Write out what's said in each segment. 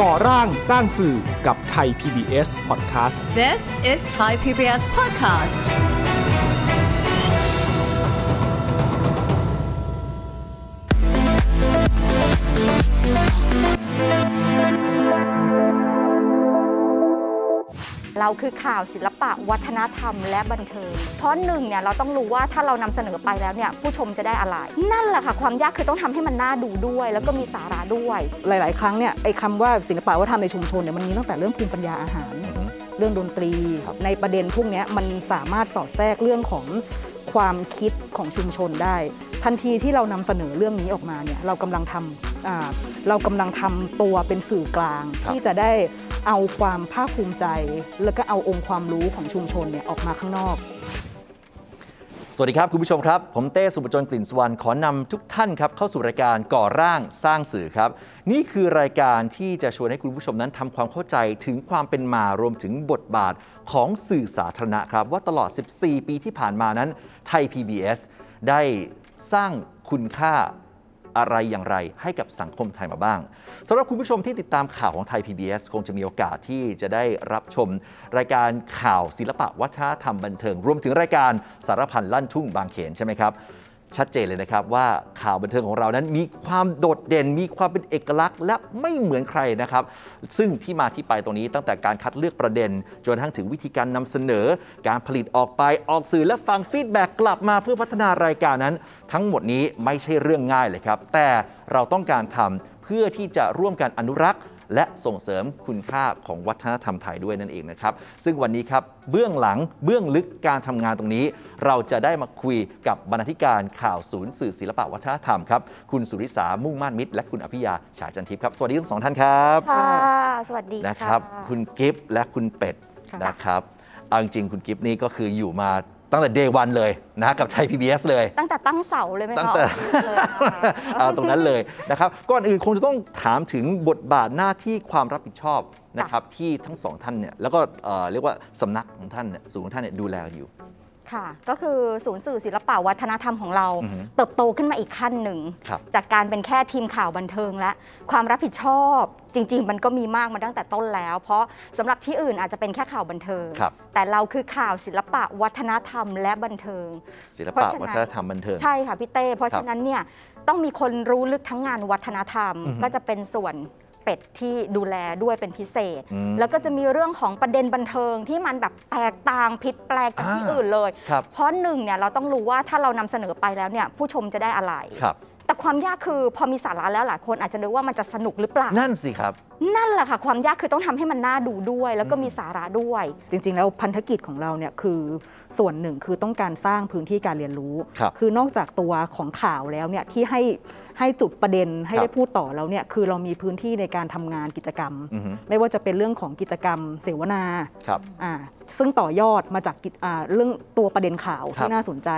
ก่อร่างสร้างสื่อกับไทย PBS Podcast This is Thai PBS podcast. เราคือข่าวศิลปะวัฒนธรรมและบันเทิง เพราะหนึ่งเนี่ยเราต้องรู้ว่าถ้าเรานำเสนอไปแล้วเนี่ยผู้ชมจะได้อะไร นั่นแหละค่ะ ความยากคือต้องทำให้มันน่าดูด้วย แล้วก็มีสาระด้วย หลาย ๆ ครั้งเนี่ยไอ้คำว่าศิลปะวัฒนธรรมในชุมชนเนี่ยมันมีตั้งแต่เรื่องภูมิปัญญาอาหาร เรื่องดนตรี ในประเด็นพวกเนี้ยมันสามารถสอดแทรกเรื่องของความคิดของชุมชนได้ ทันทีที่เรานำเสนอเรื่องนี้ออกมาเนี่ยเรากำลังทำอ่าเรากำลังทำตัวเป็นสื่อกลาง ที่จะได้เอาความภาคภูมิใจ แล้วก็เอาองค์ความรู้ของชุมชนเนี่ยออกมาข้างนอก สวัสดีครับ คุณผู้ชมครับ ผมเต้สุปจนกลิ่นสวรรณขอนำทุกท่านครับ เข้าสู่รายการก่อร่างสร้างสื่อครับ นี่คือรายการที่จะชวนให้คุณผู้ชมนั้นทำความเข้าใจถึงความเป็นมารวมถึงบทบาทของสื่อสาธารณะครับ ว่าตลอด 14 ปีที่ผ่านมานั้น ไทย PBS ได้สร้างคุณค่า อะไรอย่างไรให้กับสังคมไทยมาบ้างสำหรับคุณผู้ชมที่ติดตามข่าวของไทย PBS คงจะมีโอกาสที่จะได้รับชม รายการข่าวศิลปะวัฒนธรรมบันเทิง รวมถึงรายการสารพันลั่นทุ่งบางเขนใช่ไหมครับ ชัดเจนเลยนะครับว่าข่าวบันเทิงของเรานั้นมีความโดดเด่น มีความเป็นเอกลักษณ์ และไม่เหมือนใครนะครับ ซึ่งที่มาที่ไปตรงนี้ตั้งแต่การคัดเลือกประเด็น จนกระทั้งถึงวิธีการนำเสนอ การผลิตออกไปออกสื่อและฟังฟีดแบ็กกลับมาเพื่อพัฒนารายการนั้น ทั้งหมดนี้ไม่ใช่เรื่องง่ายเลยครับ แต่เราต้องการทำเพื่อที่จะร่วมกันอนุรักษ์ และส่งเสริมคุณค่าของวัฒนธรรมไทยด้วยนั่นเองนะครับ ซึ่งวันนี้ครับ เบื้องหลังเบื้องลึกการทำงานตรงนี้ เราจะได้มาคุยกับบรรณาธิการข่าวศูนย์สื่อศิลปะวัฒนธรรมครับ คุณสุริษามุ่งม่านมิตร และคุณอภิยาฉายจันทิพย์ครับ สวัสดีทั้งสองท่านครับ ค่ะ สวัสดี นะค ค่ะ รับ คุณกิฟต์และคุณเป็ด ค่ะ นะครับเอาจริงๆคุณกิฟต์นี่ก็คืออยู่มาตั้งแต่เดวันเลยนะกับไทย PBS เลย ตั้งแต่ตั้งเสาเลยไหมคะ ตั้งแต่ ออกอาชีพเลยนะคะ เอาตรงนั้นเลยนะครับ ก่อนอื่นคงจะต้องถามถึงบทบาทหน้าที่ความรับผิดชอบนะครับที่ทั้งสองท่านเนี่ยแล้วก็เอ่อเรียกว่าสำนักของท่านเนี่ยศูนย์ของท่านเนี่ยดูแลอยู่ ค่ะก็คือศูนย์สื่อศิลปะวัฒนธรรมของเรา อือฮึ เติบโตขึ้นมาอีกขั้นหนึ่ง ครับ จากการเป็นแค่ทีมข่าวบันเทิงและ ความรับผิดชอบจริง ๆ มันก็มีมากมาตั้งแต่ต้นแล้ว เพราะสำหรับที่อื่นอาจจะเป็นแค่ข่าวบันเทิง ครับ แต่เราคือข่าวศิลปะวัฒนธรรมและบันเทิง ศิล เพราะ ปะ ฉะนั้น วัฒนธรรมบันเทิง ใช่ค่ะพี่เต้เพราะ ครับ ฉะนั้นเนี่ยต้องมีคนรู้ลึกทั้งงานวัฒนธรรม อือฮึ ก็จะเป็นส่วนเป็ดที่ดูแลด้วยเป็นพิเศษ อืม แล้วก็จะมีเรื่องของประเด็นบันเทิงที่มันแบบแตกต่างผิดแปลกจากที่ อ่า อื่นเลย ครับ เพราะหนึ่งเนี่ยเราต้องรู้ว่าถ้าเรานำเสนอไปแล้วเนี่ยผู้ชมจะได้อะไร ครับ แต่ความยากคือพอมีสาระแล้วหลายคนอาจจะนึกว่ามันจะสนุกหรือเปล่า นั่นสิครับ นั่นแหละค่ะ ความยากคือต้องทำให้มันน่าดูด้วย แล้วก็ อืม มีสาระด้วย จริง ๆ แล้วพันธกิจของเราเนี่ยคือส่วนหนึ่งคือต้องการสร้างพื้นที่การเรียนรู้ ครับ คือนอกจากตัวของข่าวแล้วเนี่ยที่ให้ให้จุดประเด็นให้ ครับ ได้พูดต่อแล้วเนี่ยคือเรามีพื้นที่ในการทำงานกิจกรรม อือฮึ ไม่ว่าจะเป็นเรื่องของกิจกรรมเสวนา ครับ อ่าซึ่งต่อยอดมาจากกิจอ่าเรื่องตัวประเด็นข่าว ครับ ที่น่าสนใจ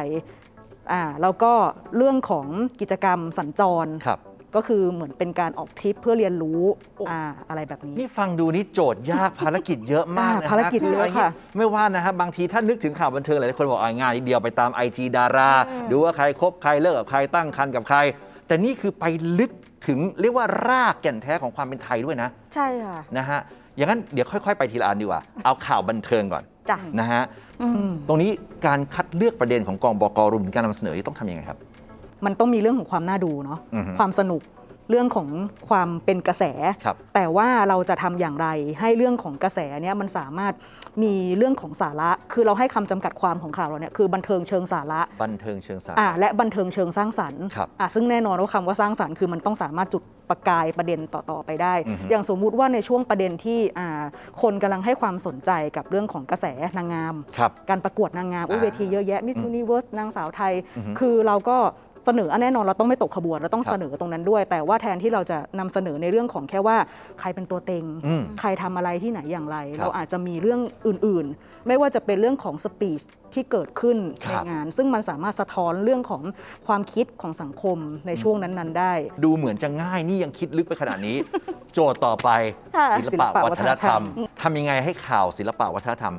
อ่าแล้วก็เรื่องของกิจกรรมสัญจร ครับ ก็คือเหมือนเป็นการออกทริปเพื่อเรียนรู้อาอะไรแบบนี้ นี่ฟังดูนี่โจทย์ยากภารกิจเยอะมาก อ่า นะฮะ ภารกิจเยอะ ไรงี้ ค่ะ ไม่ว่านะฮะบางทีถ้านึกถึงข่าวบันเทิงหลายๆคนบอกอ่ะงานนิดเดียวไปตาม IG ดารา อืม ดูว่าใครคบใครเลิกกับใครตั้งคันกับใคร แต่นี่คือไปลึกถึงเรียกว่ารากแก่นแท้ของความเป็นไทยด้วยนะ ใช่ค่ะ นะฮะอย่างนั้นเดี๋ยวค่อย ๆ ไปทีละอันดีกว่า เอาข่าวบันเทิงก่อน จ้ะ นะฮะ อืม ม ตรงนี้การคัดเลือกประเด็นของกองบกรวมถึงการนำเสนอนี่ต้องทำยังไงครับ มันต้องมีเรื่องของความน่าดูเนาะ อือฮึ ความสนุกเรื่องของความเป็นกระแส ครับ แต่ว่าเราจะทำอย่างไรให้เรื่องของกระแสเนี่ยมันสามารถมีเรื่องของสาระ คือเราให้คำจำกัดความของข่าวเราเนี่ยคือบันเทิงเชิงสาระ บันเทิงเชิงสาร อ่ะและบันเทิงเชิงสร้างสรรค์ ครับ อ่ะซึ่งแน่นอนว่าคำว่าสร้างสรรค์คือมันต้องสามารถจุดประกายประเด็นต่อ ๆ ไปได้ อือฮึ อย่างสมมุติว่าในช่วงประเด็นที่อ่าคนกำลังให้ความสนใจกับเรื่องของกระแสนางงาม ครับ การประกวดนางงามอุ๊ย อ่า เวทีเยอะแยะมิส อื s u มนิเวิร์สนางสาวไทย อือฮึ คือเราก็เสนออ่ะแน่นอนเราต้องไม่ตกขบวน เราต้อง ครับ เสนอตรงนั้นด้วย แต่ว่าแทนที่เราจะนำเสนอในเรื่องของแค่ว่าใครเป็นตัวเต็ง อืม ใครทำอะไรที่ไหนอย่างไร ครับ เราอาจจะมีเรื่องอื่นๆ ไม่ว่าจะเป็นเรื่องของสปีชที่เกิดขึ้น ครั ใน บ งาน ซึ่งมันสามารถสะท้อนเรื่องของความคิดของสังคมในช่วงนั้นๆ ได้ ดูเหมือนจะง่ายนี่ยังคิดลึกไปขนาดนี้ โจทย์ต่อไป ค่ะ ศิลปะ ศิลปะ วัฒนธรรม วัฒนธรรม ทำยังไงให้ข่าวศิลปะวัฒนธรรม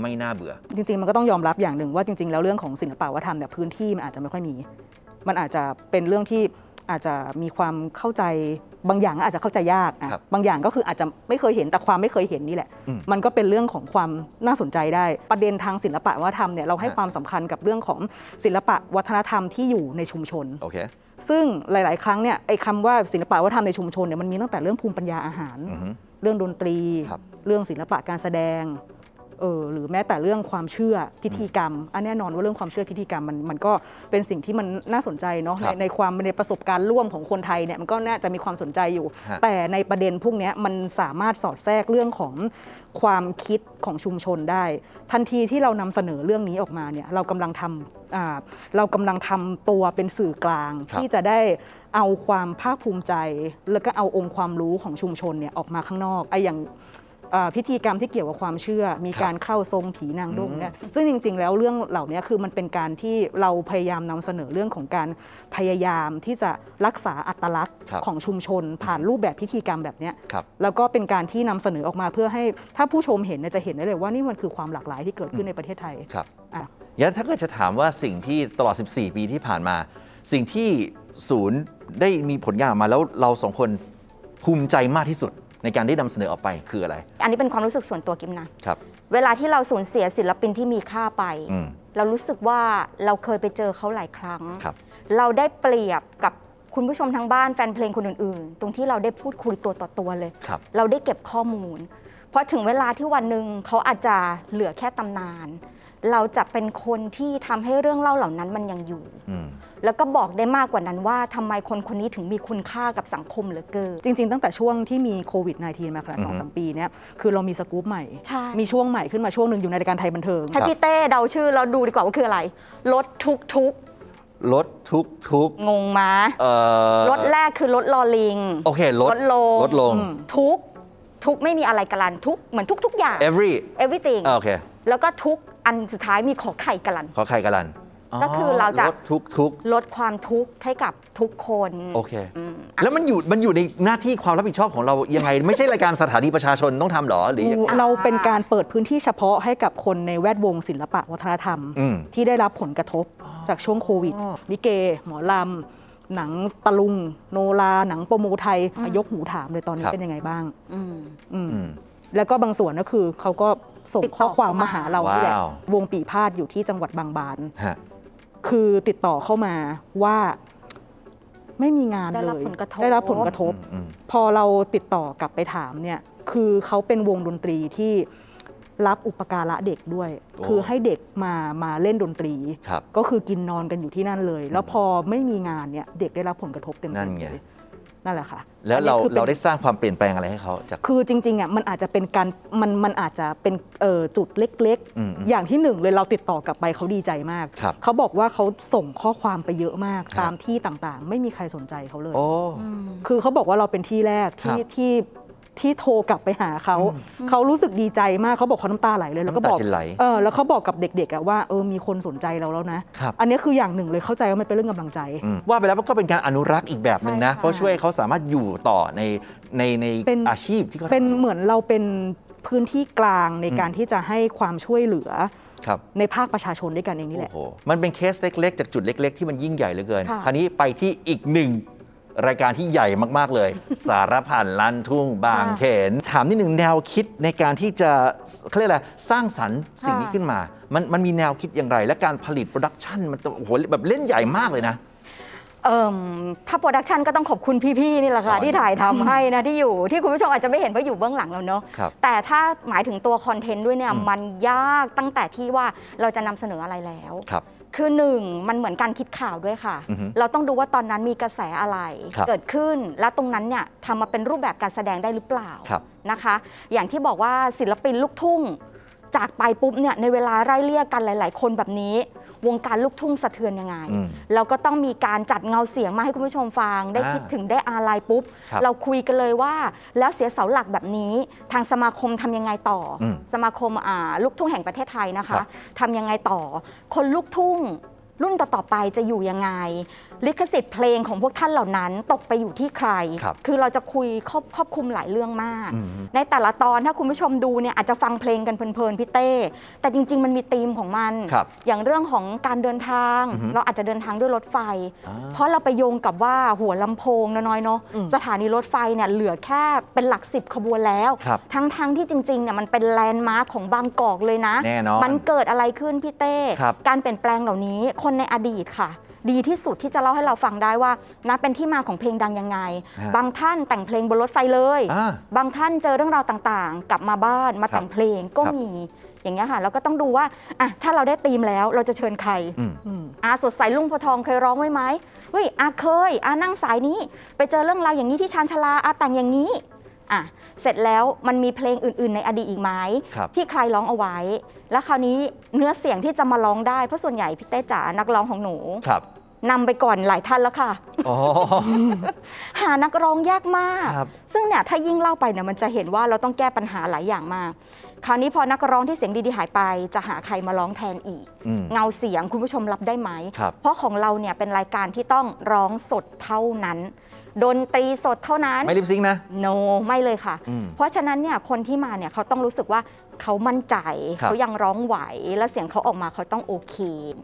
ไม่น่าเบื่อ จริงๆ มันก็ต้องยอมรับอย่างหนึ่งว่าจริง ๆ แล้วเรื่องของศิลปะวัฒนธรรมเนี่ยพื้นที่มันอาจจะไม่ค่อยมี มันอาจจะเป็นเรื่องที่อาจจะมีความเข้าใจ บางอย่างอาจจะเข้าใจยากอ่ะ ครับ บางอย่างก็คืออาจจะไม่เคยเห็นแต่ความไม่เคยเห็นนี่แหละ อืม มันก็เป็นเรื่องของความน่าสนใจได้ ประเด็นทางศิลปะวัฒนธรรมเนี่ยเราให้ ฮะ ความสำคัญกับเรื่องของศิลปะวัฒนธรรมที่อยู่ในชุมชน โอเค ซึ่งหลาย ๆ ครั้งเนี่ยไอ้คำว่าศิลปะวัฒนธรรมในชุมชนเนี่ยมันมีตั้งแต่เรื่องภูมิปัญญาอาหาร อือฮึ เรื่องดนตรี ครับ เรื่องศิลปะการแสดงเออหรือแม้แต่เรื่องความเชื่อพิธีกรรมอันแน่นอนว่าเรื่องความเชื่อพิธีกรรมมันมันก็เป็นสิ่งที่มันน่าสนใจเนาะ ครับ ในในความในประสบการณ์ร่วมของคนไทยเนี่ยมันก็น่าจะมีความสนใจอยู่ ฮะ แต่ในประเด็นพวกเนี้ยมันสามารถสอดแทรกเรื่องของความคิดของชุมชนได้ ทันทีที่เรานำเสนอเรื่องนี้ออกมาเนี่ยเรากำลังทำอ่าเรากำลังทำตัวเป็นสื่อกลาง ครับ ที่จะได้เอาความภาคภูมิใจ แล้วก็เอาองค์ความรู้ของชุมชนเนี่ยออกมาข้างนอกไอ้อย่างเอ่อพิธีกรรมที่เกี่ยวกับความเชื่อ มีการเข้าทรงผีนางด้งเนี่ยซึ่งจริง ๆ แล้วเรื่องเหล่านี้คือมันเป็นการที่เราพยายามนำเสนอเรื่องของการพยายามที่จะรักษาอัตลักษณ์ ครับ ของชุมชน ผ่านรูปแบบพิธีกรรมแบบเนี้ย ครับ แล้วก็เป็นการที่นำเสนอออกมาเพื่อให้ถ้าผู้ชมเห็นเนี่ยจะเห็นได้เลยว่านี่มันคือความหลากหลายที่เกิดขึ้นในประเทศไทย ครับ อ่ะ ยันถ้าเกิดจะถามว่าสิ่งที่ตลอด 14 ปีที่ผ่านมา สิ่งที่ศูนย์ได้มีผลงานออกมาแล้วเราสองคนภูมิใจมากที่สุดในการได้นำเสนอออกไปคืออะไร อันนี้เป็นความรู้สึกส่วนตัวกิมนะครับ เวลาที่เราสูญเสียศิลปินที่มีค่าไป อืม เรารู้สึกว่าเราเคยไปเจอเขาหลายครั้ง ครับ เราได้เปรียบกับคุณผู้ชมทางบ้านแฟนเพลงคนอื่นๆ ตรงที่เราได้พูดคุยตัวต่อตัวเลย ครับ เราได้เก็บข้อมูล เพราะถึงเวลาที่วันหนึ่งเขาอาจจะเหลือแค่ตำนาน เราจะเป็นคนที่ทำให้เรื่องเล่าเหล่านั้นมันยังอยู่ อืม แล้วก็บอกได้มากกว่านั้นว่าทำไมคนคนนี้ถึงมีคุณค่ากับสังคมเหลือเกิน จริง ๆ ตั้งแต่ช่วงที่มีโควิด -19 มาค่ะสองสามปีเนี่ยคือเรามีสกู๊ปใหม่ ใช่ มีช่วงใหม่ขึ้นมาช่วงหนึ่งอยู่ในรายการไทยบันเทิง ครั ให้ บ พี่เต้เดาชื่อแล้วดูดีกว่าว่าคืออะไรรถทุกทุก รถทุกทุก ๆงงมา เอ่อ รถแรกคือรถลอลิง โอเครลถดลง ลดลง อืม ทุกทุกไม่มีอะไรกะลันทุกเหมือนทุก ๆ อย่าง every everything อ่าโอเค แล้วก็ทุกอันสุดท้ายมีขอไข่กะลัน ขอใครกันลัน ก็คือเราจะ รถทุกทุก ลดความทุกข์ให้กับทุกคน โอเค ม แล้วมันอยู่มันอยู่ในหน้าที่ความรับผิดชอบของเรายังไง ไม่ใช่รายการสถานีประชาชนต้องทำเหรอหรือยังไง เราเป็นการเปิดพื้นที่เฉพาะให้กับคนในแวดวงศิลปะวัฒนธรรม อืม ที่ได้รับผลกระทบจากช่วงโควิดลิเก หมอลำ หนังตะลุง โนราหนังโปรโมไทยอ่ะยกหูถามเลยตอนนี้ ครับ เป็นยังไงบ้าง อืม อืม อืม แล้วก็บางส่วนก็คือเขาก็ส่ง ติดต่อ ข้อความ เข้ามาม มาหาเราที่แหละ ว้าว วงปีพาดอยู่ที่จังหวัดบางบาน ฮะ คือติดต่อเข้ามาว่าไม่มีงาน ได้ เลย รับผลกระทบ ได้รับผลกระทบ อืมอืม พอเราติดต่อกลับไปถามเนี่ย คือเขาเป็นวงดนตรีที่รับอุปการะเด็กด้วย โอ้ คือให้เด็กมามาเล่นดนตรี ครับ ก็คือกินนอนกันอยู่ที่นั่นเลย แล้วพอไม่มีงานเนี่ยเด็กได้รับผลกระทบเต็มๆ นั่นไง เลยนั่นแหละค่ะ แล้วเรา อันนี้คือป็น เราได้สร้างความเปลี่ยนแปลงอะไรให้เขาจาก คือจริงๆอ่ะมันอาจจะเป็นการมันมันอาจจะเป็นเอ่อจุดเล็ก อืมอืม อย่างที่หนึ่งเลยเราติดต่อกลับไปเขาดีใจมาก ครับ เขาบอกว่าเขาส่งข้อความไปเยอะมาก ครับ ตามที่ต่างๆ ไม่มีใครสนใจเขาเลย โอ้ คือเขาบอกว่าเราเป็นที่แรกที่ ครับ ที่ที่โทรกลับไปหาเขาเขารู้สึกดีใจมากเขาบอกเขาน้ำตาไหลเลยแล้วก็บอก น้ำตาจะไหล เออแล้วเขาบอกกับเด็กๆอะว่าเออมีคนสนใจเราแล้วนะครับ อันนี้คืออย่างหนึ่งเลยเข้าใจว่ามันเป็นเรื่องกำลังใจ อืมว่าไปแล้วก็เป็นการอนุรักษ์อีกแบบหนึ่งนะ ใช่ค่ะ เพราะช่วยให้เขาสามารถอยู่ต่อในในใน เป็น อาชีพที่เขาทำ เป็นเหมือนเราเป็นพื้นที่กลางในการที่จะให้ความช่วยเหลือ ครับ ในภาคประชาชนด้วยกันเองนี่แห โอ้ ละ โหมันเป็นเคสเล็ก ๆ จากจุดเล็ก ๆ ที่มันยิ่งใหญ่เหลือเกิน ค่ะ คราวนี้ไปที่อีกหนึ่งรายการที่ใหญ่มากๆเลย สารพันล้านทุ่งบางเขน ถามนิดหนึ่งแนวคิดในการที่จะเขาเรียกอะไรสร้างสรรค์สิ่งนี้ขึ้นมา มันมันมีแนวคิดอย่างไร และการผลิตโปรดักชันมันโอ้โหแบบเล่นใหญ่มากเลยนะ เอิ่มถ้าโปรดักชันก็ต้องขอบคุณพี่ๆนี่แหละค่ะ อ๋อ ที่ถ่ายทำให้นะที่อยู่ที่คุณผู้ชมอาจจะไม่เห็นเพราะอยู่เบื้องหลังเราเนาะ ครับ แต่ถ้าหมายถึงตัวคอนเทนต์ด้วยเนี่ย อืม มันยากตั้งแต่ที่ว่าเราจะนำเสนออะไรแล้ว ครับ คือหนึ่งมันเหมือนการคิดข่าวด้วยค่ะ อือฮึ เราต้องดูว่าตอนนั้นมีกระแสอะไร ครับ เกิดขึ้น และตรงนั้นเนี่ยทำมาเป็นรูปแบบการแสดงได้หรือเปล่า ครับ นะคะ อย่างที่บอกว่าศิลปินลูกทุ่ง จากไปปุ๊บเนี่ยในเวลาไล่เลี่ยกันหลาย ๆ คนแบบนี้ วงการลูกทุ่งสะเทือนยังไง อืม เราก็ต้องมีการจัดเงาเสียงมาให้คุณผู้ชมฟัง ได้ อ่า คิดถึงได้อาลัยปุ๊บ ครับ เราคุยกันเลยว่า แล้วเสียเสาหลักแบบนี้ ทางสมาคมทำยังไงต่ออ ม สมาคมอ่าลูกทุ่งแห่งประเทศไทยนะ ครั คะ บ ทำยังไงต่อ คนลูกทุ่ง รุ่นต่อๆไปจะอยู่ยังไง ลิขสิทธิ์เพลงของพวกท่านเหล่านั้นตกไปอยู่ที่ใคร ครับ อเราจะคุยครอบครอบคลุมหลายเรื่องมาก อืม ในแต่ละตอนถ้าคุณผู้ชมดูเนี่ยอาจจะฟังเพลงกันเพลินๆพี่เต้แต่จริง ๆ มันมีธีมของมัน ครับ อย่างเรื่องของการเดินทาง อือฮึ เราอาจจะเดินทางด้วยรถไฟ อ่า เพราะเราไปโยงกับว่าหัวลำโพงน้อยๆเนาะ อืม สถานีรถไฟเนี่ยเหลือแค่เป็นหลักสิบขบวนแล้ว ครับ ทั้งๆที่จริงๆเนี่ยมันเป็นแลนด์มาร์คของบางกอกเลยนะ แน่นอน มันเกิดอะไรขึ้นพี่เต้ ครับ การเปลี่ยนแปลงเหล่านี้คนในอดีตค่ะ ดีที่สุดที่จะเล่าให้เราฟังได้ว่านะเป็นที่มาของเพลงดังยังไง ฮะ บางท่านแต่งเพลงบนรถไฟเลย อ่า บางท่านเจอเรื่องราวต่างๆ กลับมาบ้านมาแต่งเพลงก็ ครับ มีอย่างเงี้ยค่ะแล้วก็ต้องดูว่าอ่ะถ้าเราได้ธีมแล้วเราจะเชิญใคร อืม อืม อาสดใสลุงโพธิ์ทองเคยร้องไว้ไหมเฮ้ยอาเคยอานั่งสายนี้ ไปเจอเรื่องราวอย่างนี้ที่ชานชาลาอาแต่งอย่างนี้อ่ะเสร็จแล้วมันมีเพลงอื่น ๆ ในอดีตอีกไหม ครับ ที่ใครร้องเอาไว้ แล้วคราวนี้เนื้อเสียงที่จะมาร้องได้เพราะส่วนใหญ่พี่เต้จ๋านักร้องของหนู ครับ นำไปก่อนหลายท่านแล้วค่ะ อ๋อ หานักร้องยากมาก ครับ ซึ่งเนี่ยถ้ายิ่งเล่าไปเนี่ยมันจะเห็นว่าเราต้องแก้ปัญหาหลายอย่างมาก คราวนี้พอนักร้องที่เสียงดีๆหายไป จะหาใครมาร้องแทนอีก อืม เงาเสียงคุณผู้ชมรับได้ไหม ครับ เพราะของเราเนี่ยเป็นรายการที่ต้องร้องสดเท่านั้น ดนตรีสดเท่านั้น ไม่ลิปซิงค์นะ โน ไม่เลยค่ะ อืม เพราะฉะนั้นเนี่ยคนที่มาเนี่ยเขาต้องรู้สึกว่าเขามั่นใจ ครับ เขายังร้องไหว แล้วเสียงเขาออกมาเขาต้องโอเค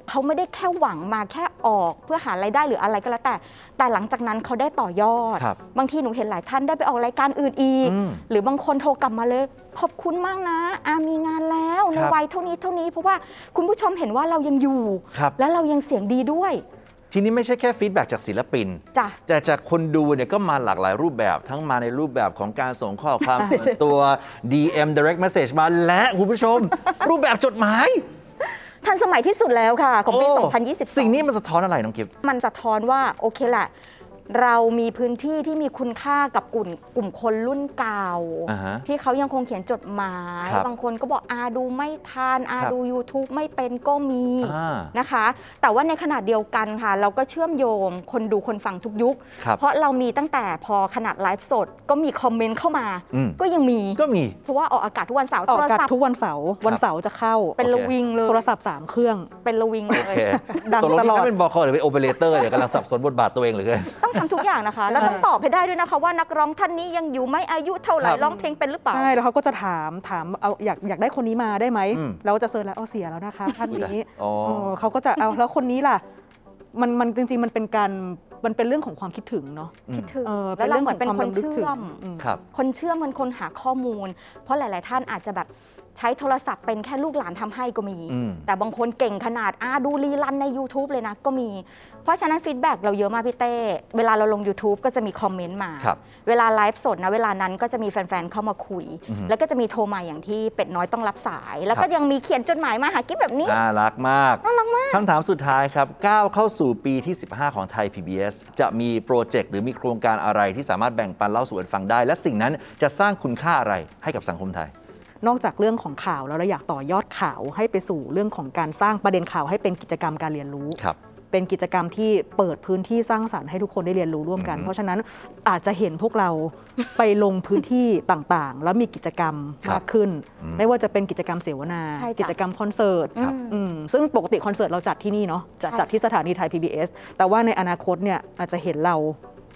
เขาไม่ได้แค่หวังมาแค่ออกเพื่อหารายได้หรืออะไรก็แล้วแต่ แต่หลังจากนั้นเขาได้ต่อยอด ครับ งทีหนูเห็นหลายท่านได้ไปออกรายการอื่นอีก อืม หรือบางคนโทรกลับมาเลย ขอบคุณมากนะอามีงานแล้วใน ครับ วัยเท่านี้เท่านี้เพราะว่าคุณผู้ชมเห็นว่าเรายังอยู่ ครับ และเรายังเสียงดีด้วย ทีนี้ไม่ใช่แค่ฟีดแบ็จากศิลปิน จ้ะ แต่จากคนดูเนี่ยก็มาหลากหลายรูปแบบทั้งมาในรูปแบบของการส่งข้อความ ส่วนตัว DM direct message มาและคุณผู้ชม รูปแบบจดหมาย ทันสมัยที่สุดแล้วค่ะ ของปี โ 2020 สิ่งนี้มันสะท้อนอะไรน้องกิฟ มันสะท้อนว่าโอเคแหละ เรามีพื้นที่ที่มีคุณค่ากับกลุ่มกลุ่มคนรุ่นเก่า อ่าฮะ ที่เขายังคงเขียนจดหมาย ครับ บางคนก็บอกอาดูไม่ทันอา ครับ ดู YouTube ไม่เป็นก็มี อ่าน นะคะ แต่ว่าในขณะเดียวกันค่ะ เราก็เชื่อมโยงคนดูคนฟังทุกยุค ครับ เพราะเรามีตั้งแต่พอขนาดไลฟ์สด ก็มีคอมเมนต์เข้ามา อืม ก็ยังมี ก็มี เพราะว่าออกอากาศทุกวันเสาร์ ออ โท ก ร อากาศ ศัพท์ ทุกวันเสาร์วันเสาร์จะเข้า เป็น โอเค ระวิงเลย โทรศัพท์ 3 เครื่อง เป็นระวิงเล โอย เค ดัง ตกลง ตลอด ที่ฉันเป็นบอคอหรือเป็นโอเปอเรเตอร์เนี่ยกำลังสับสนบทบาทตัวเองเหรือเกิน ต้องทำทุกอย่างนะคะ แล้วต้องตอบให้ได้ด้วยนะคะ ว่านักร้องท่านนี้ยังอยู่ไหมอายุเท่าไหร่ ครับ ร้องเพลงเป็นหรือเปล่า ใช่ แล้วเขาก็จะถามถามเอาอยากอยากได้คนนี้มาได้ไหม อืม เราก็จะเซิร์ชแล้วเอาเสียแล้วนะคะท่านนี้ อุ๊ยตายอ๋อ เออเขาก็จะเอาแล้วคนนี้ล่ะ มันมันจริง ๆ มันเป็นการมันเป็นเรื่องของความคิดถึงเนาะ คิดถึง เออ แล้วเราเหมือนเป็น ป็ คน รื่องของวามรำลึก เชื่ ถึง อม อืม ครับ คนเชื่อมเป็นคนหาข้อมูล เพราะหลาย ๆ ท่านอาจจะแบบใช้โทรศัพท์เป็นแค่ลูกหลานทำให้ก็มี อืม แต่บางคนเก่งขนาดอาดูรีรันใน YouTube เลยนะก็มี เพราะฉะนั้นฟีดแบ็กเราเยอะมากพี่เต้ เวลาเราลง YouTube ก็จะมีคอมเมนต์มา ครับ เวลาไลฟ์สดนะเวลานั้นก็จะมีแฟน ๆ เข้ามาคุย อือฮึ แล้วก็จะมีโทรมาอย่างที่เป็ดน้อยต้องรับสาย แล้ว ค ก็ รับ ยังมีเขียนจดหมายมาหากิ๊บแบบนี้ น่ารักมาก น่ารักมาก คำถามสุดท้ายครับ ก้าวเข้าสู่ปีที่ 15 ของไทย PBS จะมีโปรเจกต์หรือมีโครงการอะไรที่สามารถแบ่งปันเล่าสู่กันฟังได้ และสิ่งนั้นจะสร้างคุณค่าอะไรให้กับสังคมไทย นอกจากเรื่องของข่าวแล้วเราอยากต่อยอดข่าวให้ไปสู่เรื่องของการสร้างประเด็นข่าวให้เป็นกิจกรรมการเรียนรู้ ครับ เป็นกิจกรรมที่เปิดพื้นที่สร้างสารรค์ให้ทุกคนได้เรียนรู้ร่วมกัน อืม เพราะฉะนั้นอาจจะเห็นพวกเรา ไปลงพื้นที่ต่างๆ แล้วมีกิจกรรม ครับ มากขึ้น อืม ไม่ว่าจะเป็นกิจกรรมเสวนา ใช่จ้ะ กิจกรรมคอนเสิร์ต ครับ อืมซึ่งปกติคอนเสิร์ตเราจัดที่นี่เนาะจะจัดที่สถานีไทย PBS แต่ว่าในอนาคตเนี่ยอาจจะเห็นเรา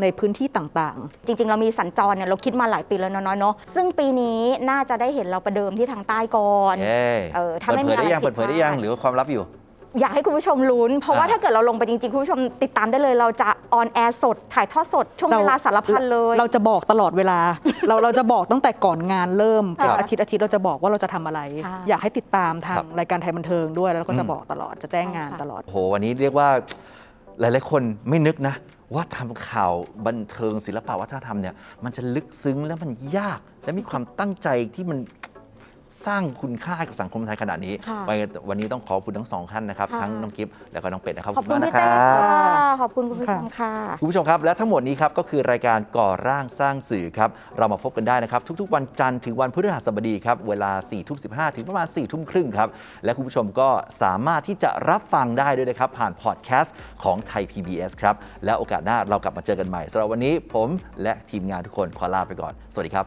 ในพื้นที่ต่างๆ จริง ๆ เรามีสัญจรเนี่ยเราคิดมาหลายปีแล้วเนาะน้อยเนาะซึ่งปีนี้น่าจะได้เห็นเราประเดิมที่ทางใต้ก่อน เย้ เออถ้าไม่ เปิดเผยได้ยัมีงอะไรผิด เปิดเผยได้ยังหรือว่าความลับอยู่ อยากให้คุณผู้ชมลุ้น เพราะว่า อ่า ถ้าเกิดเราลงไปจริง ๆ คุณผู้ชมติดตามได้เลย เราจะออนแอร์สด ถ่ายทอดสด ช่วงเวลาสารพันเลย เราจะบอกตลอดเวลา เราเราจะบอกตั้งแต่ก่อนงานเริ่ม ค่ะ อาทิตย์อาทิตย์เราจะบอกว่าเราจะทำอะไร ค่ะ อยากให้ติดตามทา ครั ง บ รายการไทยบันเทิงด้วยแล้วเราก็จะบอกตลอดจะแจ้งงานตลอด โอ้โห วันนี้เรียกว่าหลาย ๆ คนไม่นึกนะ ว่าทำข่าวบันเทิงศิลปะวัฒนธรรมเนี่ยมันจะลึกซึ้งและมันยาก และมีความตั้งใจที่มันสร้างคุณค่าให้กับสังคมไทยขนาดนี้ ค่ะ วันนี้ต้องขอบคุณทั้งสองท่านนะครับ ค่ะ ทั้งน้องกิฟต์และก็น้องเป็ดนะครับ ขอบคุณพี่มากนะค เต้ครั่ะ บ ขอบคุณคุณผู้ชมค่ะ คุณผู้ชมครับ และทั้งหมดนี้ครับก็คือรายการก่อร่างสร้างสื่อครับ เรามาพบกันได้นะครับ ทุกๆ วันจันทร์ถึงวันพฤหัสบดีครับ เวลา4ี่ทุ่มสิถึงประมาณ4ี่ทุ่มครึ่งครับ และคุณผู้ชมก็สามารถที่จะรับฟังได้ด้วยนะครับ ผ่านพอดแคสต์ของไทย PBS ครับ และโอกาสหน้าเรากลับมาเจอกันใหม่สำหรับวันนี้ผมและทีมงานทุกคนขอลาไปก่อน สวัสดีครับ